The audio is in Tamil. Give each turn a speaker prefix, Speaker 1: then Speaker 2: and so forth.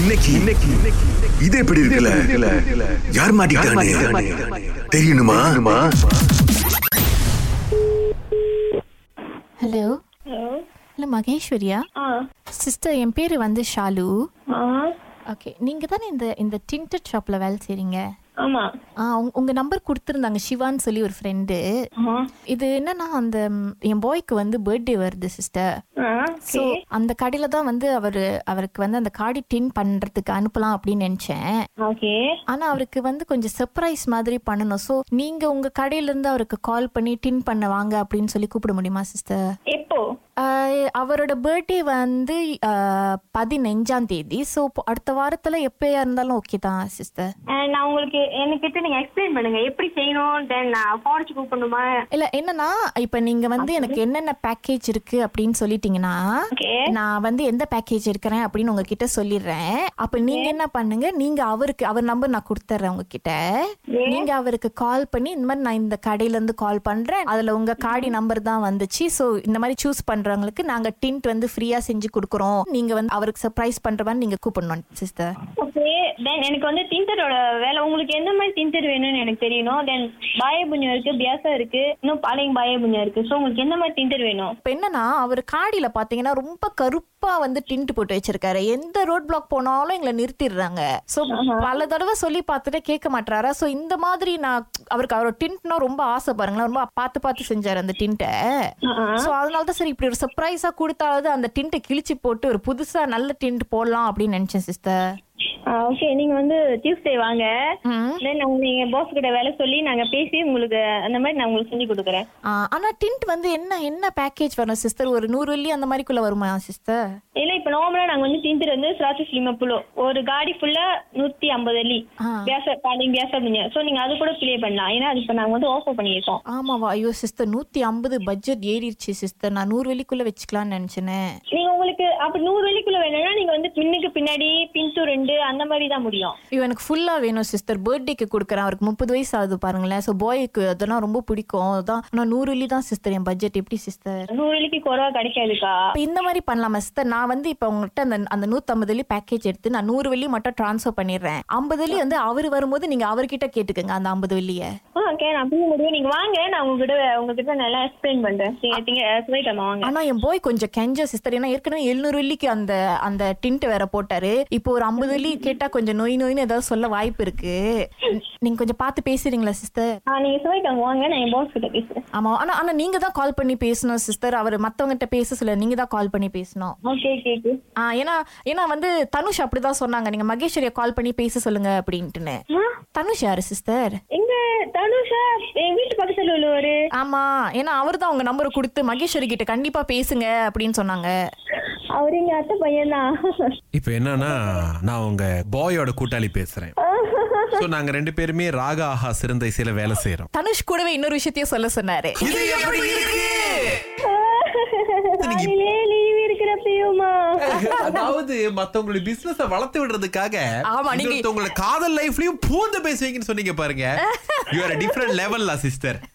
Speaker 1: இன்னைக்கு இன்னைக்கு இன்னைக்கு- இது எப்படி இருக்குல்ல யார் மாட்டிக்கிட்டானே தெரியணுமா
Speaker 2: ஹலோ
Speaker 3: ஹலோ
Speaker 2: ஹலோ மகேஸ்வரியா
Speaker 3: ஆ
Speaker 2: சிஸ்டர் என் பேர் வந்து ஷாலு
Speaker 3: ஆ
Speaker 2: ஓகே நீங்கள் தானே இந்த இந்த டிண்டட் ஷாப்பில் வேலை செய்கிறீங்க
Speaker 3: ஆமாம்
Speaker 2: ஆ உங் உங்கள் நம்பர் கொடுத்துருந்தாங்க சிவான்னு சொல்லி ஒரு ஃப்ரெண்டு
Speaker 3: ஆ
Speaker 2: இது என்னன்னா அந்த ம், என் பாய்க்கு வந்து பர்த்டே வருது சிஸ்டர்
Speaker 3: ஆ
Speaker 2: ஸோ
Speaker 3: okay.
Speaker 2: அந்த கடையில் தான் வந்து அவர் அவருக்கு வந்து அந்த கார்டு டின் பண்ணுறதுக்கு அனுப்பலாம் அப்படின்னு நினச்சேன்
Speaker 3: ஓகே
Speaker 2: ஆனால் அவருக்கு வந்து கொஞ்சம் சர்ப்ரைஸ் மாதிரி பண்ணணும் ஸோ நீங்கள் உங்கள் கடையிலேருந்து அவருக்கு கால் பண்ணி டின் பண்ண வாங்க அப்படின்னு சொல்லி கூப்பிட முடியுமா சிஸ்டர்
Speaker 3: எப்போ
Speaker 2: ஆஹ் அவரோட பர்த்டே வந்து ஆஹ் பதினஞ்சாம் தேதி ஸோ அடுத்த வாரத்துல எப்பயா இருந்தாலும் ஓகே தான் சிஸ்டர்
Speaker 3: அஹ், நான் உங்களுக்கு என்கிட்ட நீங்க எக்ஸ்பிளைன் பண்ணுங்க எப்படி செய்யணும் தென் நான் போனச்சு கூப்பிடணுமா
Speaker 2: இல்ல என்னன்னா இப்ப நீங்க வந்து எனக்கு என்னென்ன பேக்கேஜ் இருக்கு அப்படின்னு சொல்லிட்டீங்கன்னா
Speaker 3: ஓகே
Speaker 2: நான் வந்து எந்த பேக்கேஜ் இருக்கிறேன் அப்படின்னு உங்ககிட்ட சொல்லிடுறேன் அப்ப நீங்க என்ன பண்ணுங்க நீங்க அவருக்கு அவர் நம்பர் நான் கொடுத்துட்றேன் உங்ககிட்ட நீங்க அவருக்கு கால் பண்ணி இந்த மாதிரி நான் இந்த கடையில இருந்து கால் பண்றேன் அதுல உங்க காடி நம்பர் தான் வந்துச்சு சோ இந்த மாதிரி சூஸ் பண்றவங்களுக்கு நாங்க டிண்ட் வந்து ஃப்ரீயா செஞ்சு கொடுக்குறோம் நீங்க வந்து அவருக்கு சர்ப்ரைஸ் பண்ற மாதிரி நீங்க கூப்பிடணும் சிஸ்டர்
Speaker 3: ஓகே தென் எனக்கு வந்து திண்டரோட வேலை உங்களுக்கு எந்த மாதிரி திண்டர் வேணும்னு எனக்கு தெரியணும் தென் பாய புண்ணியம் இருக்கு பியாசா இருக்கு இன்னும் பாளையம் பாய புண்ணியம் இருக்கு ஸோ உங்களுக்கு எந்த மாதிரி திண்டர் வேணும்
Speaker 2: இப்ப என்னன்னா அவர் காடியில பாத்தீங்கன்னா ரொம்ப கருப்பா வந்து டிண்ட் போட்டு வச்சிருக்காரு எந்த ரோட் பிளாக் போனாலும் எங்களை நிறுத்திடுறாங்க சோ பல தடவை சொல்லி பார்த்துட்டு கேட்க மாட்டாரா சோ இந்த மாதிரி நான் அவருக்கு அவரோட டிண்ட்னா ரொம்ப ஆசை பாருங்களேன் ரொம்ப பார்த்து பார்த்து செஞ்சாரு அந்த டிண்ட்டை சோ அதனால தான் சரி இப்படி ஒரு சர்ப்ரைஸா கொடுத்தாவது அந்த டிண்ட்டை கிழிச்சு போட்டு ஒரு புதுசா நல்ல டிண்ட் போடலாம் அப்படின்னு நினைச்சேன் சிஸ்டர்
Speaker 3: ஓகே நீங்க வந்து டியூஸ்டே வாங்க தென் நீங்க பாஸ் கிட்ட வேலை சொல்லி நாங்க பேசி உங்களுக்கு அந்த மாதிரி நான் உங்களுக்கு செஞ்சு கொடுக்குறேன்
Speaker 2: ஆனா டிண்ட் வந்து என்ன என்ன பேக்கேஜ் வரும் சிஸ்டர் ஒரு நூறு வெள்ளி அந்த மாதிரிக்குள்ள வருமா சிஸ்டர்
Speaker 3: இல்ல இப்ப நார்மலா நாங்க வந்து தீந்துட்டு வந்து திராட்சை சிலிமா புலோ ஒரு காடி ஃபுல்லா நூத்தி ஐம்பது அள்ளி
Speaker 2: ஆ.
Speaker 3: வியாச பாலிங் வியாச புண்ணியம் சோ நீங்க அது கூட ப்ளே பண்ணலாம் ஏன்னா அது இப்ப நாங்க வந்து ஆஃபர் பண்ணியிருக்கோம்
Speaker 2: ஆமாவா ஐயோ சிஸ்டர் நூத்தி ஐம்பது பட்ஜெட் ஏறிடுச்சு சிஸ்டர் நான் நூறு வெள்ளிக்குள்ள வச்சுக்கலாம்னு நினைச்சேனே
Speaker 3: நீங்க உங்களுக்கு அப்படி நூறு வெள்ளிக்குள்ள வேணும்னா நீங்க வந்து பின்னுக்கு பின்னாடி பின் டு ரெண்டு அந்த மாதிரி தான் முடியும்
Speaker 2: ஐயோ எனக்கு ஃபுல்லா வேணும் சிஸ்டர் பர்த்டேக்கு கொடுக்குறேன் அவருக்கு முப்பது வயசு ஆகுது பாருங்களேன் ஸோ பாய்க்கு அதெல்லாம் ரொம்ப பிடிக்கும் அதான் ஆனால் நூறு வெள்ளி தான் சிஸ்டர் என் பட்ஜெட் எப்படி சிஸ்டர்
Speaker 3: நூறு வெள்ளிக்கு குறைவா கிடைக்காதுக்கா
Speaker 2: இப்போ இந்த மாதிரி பண்ணலாமா சிஸ்டர் நான் வந்து இப்போ உங்கள்கிட்ட அந்த அந்த நூற்றம்பது வெள்ளி பேக்கேஜ் எடுத்து நான் நூறு வெள்ளி மட்டும் ட்ரான்ஸ்ஃபர் பண்ணிடுறேன் ஐம்பது வெள்ளி வந்து அவர் வரும்போது நீங்கள் அவர்கிட்ட கேட்டுக்கங்க அந்த ஐம்பது வெள்ளியை
Speaker 3: ஓகே நான் புரிய முடியும் நீங்க வாங்க நான் உங்ககிட்ட உங்ககிட்ட நல்லா எக்ஸ்பிளைன் பண்றேன் நீங்க திங்க சொல்லிட்டோமா வாங்க
Speaker 2: ஆனா என் பாய் கொஞ்சம் கெஞ்ச சிஸ்டர் ஏன்னா ஏற்கனவே எழுநூறு வெள்ளிக்கு அந்த அந்த டிண்ட் வேற போட்டாரு இப்போ ஒரு ஐம்பது வெள்ளி கேட்டா கொஞ்சம் நோய் நோயின்னு ஏதாவது சொல்ல வாய்ப்பு இருக்கு நீங்க கொஞ்சம் பார்த்து பேசுறீங்களா சிஸ்டர்
Speaker 3: ஆ நீங்க சொல்லிட்டோங்க வாங்க நான் என் பாஸ் கிட்ட பேசுறேன்
Speaker 2: ஆமா ஆனா ஆனா நீங்க தான் கால் பண்ணி பேசணும் சிஸ்டர் அவர் மத்தவங்ககிட்ட பேச சொல்ல நீங்க தான் கால் பண்ணி பேசணும்
Speaker 3: ஓகே ஓகே ஓகே
Speaker 2: ஆ ஏன்னா ஏன்னா வந்து தனுஷ் அப்படிதான் சொன்னாங்க நீங்க மகேஸ்வரியை கால் பண்ணி பேச சொல்லுங்க அப்படின்ட்டுன்னு தனுஷ் யாரு சிஸ்டர்
Speaker 3: எங்க தனுஷா என் வீட்டு பக்கத்துல உள்ளவரு
Speaker 2: ஆமா ஏன்னா அவர் தான் உங்க நம்பரை கொடுத்து மகேஸ்வரி கிட்ட கண்டிப்பா பேசுங்க அப்படின்னு சொன்னாங்க
Speaker 3: அவரு எங்க அத்தை பையன் தான்
Speaker 4: இப்போ என்னன்னா நான் உங்க பாயோட கூட்டாளி பேசுறேன் சோ நாங்க ரெண்டு பேருமே ராக ஆஹா சிறந்த இசையில வேலை செய்யறோம்
Speaker 2: தனுஷ் கூடவே இன்னொரு விஷயத்தையும் சொல்ல சொன்னாரு
Speaker 3: காலையிலே லீவ் இருக்கிறப்பயுமா
Speaker 4: அதாவது மத்தவங்களுடைய பிசினஸ வளர்த்து விடுறதுக்காக
Speaker 2: ஆமா, நீங்க-
Speaker 4: உங்களோட காதல் லைஃப்லயும் பூந்து பேசுவீங்கன்னு சொன்னீங்க பாருங்க யூ ஆர் டிஃபரெண்ட் லெவல்ல சிஸ்டர்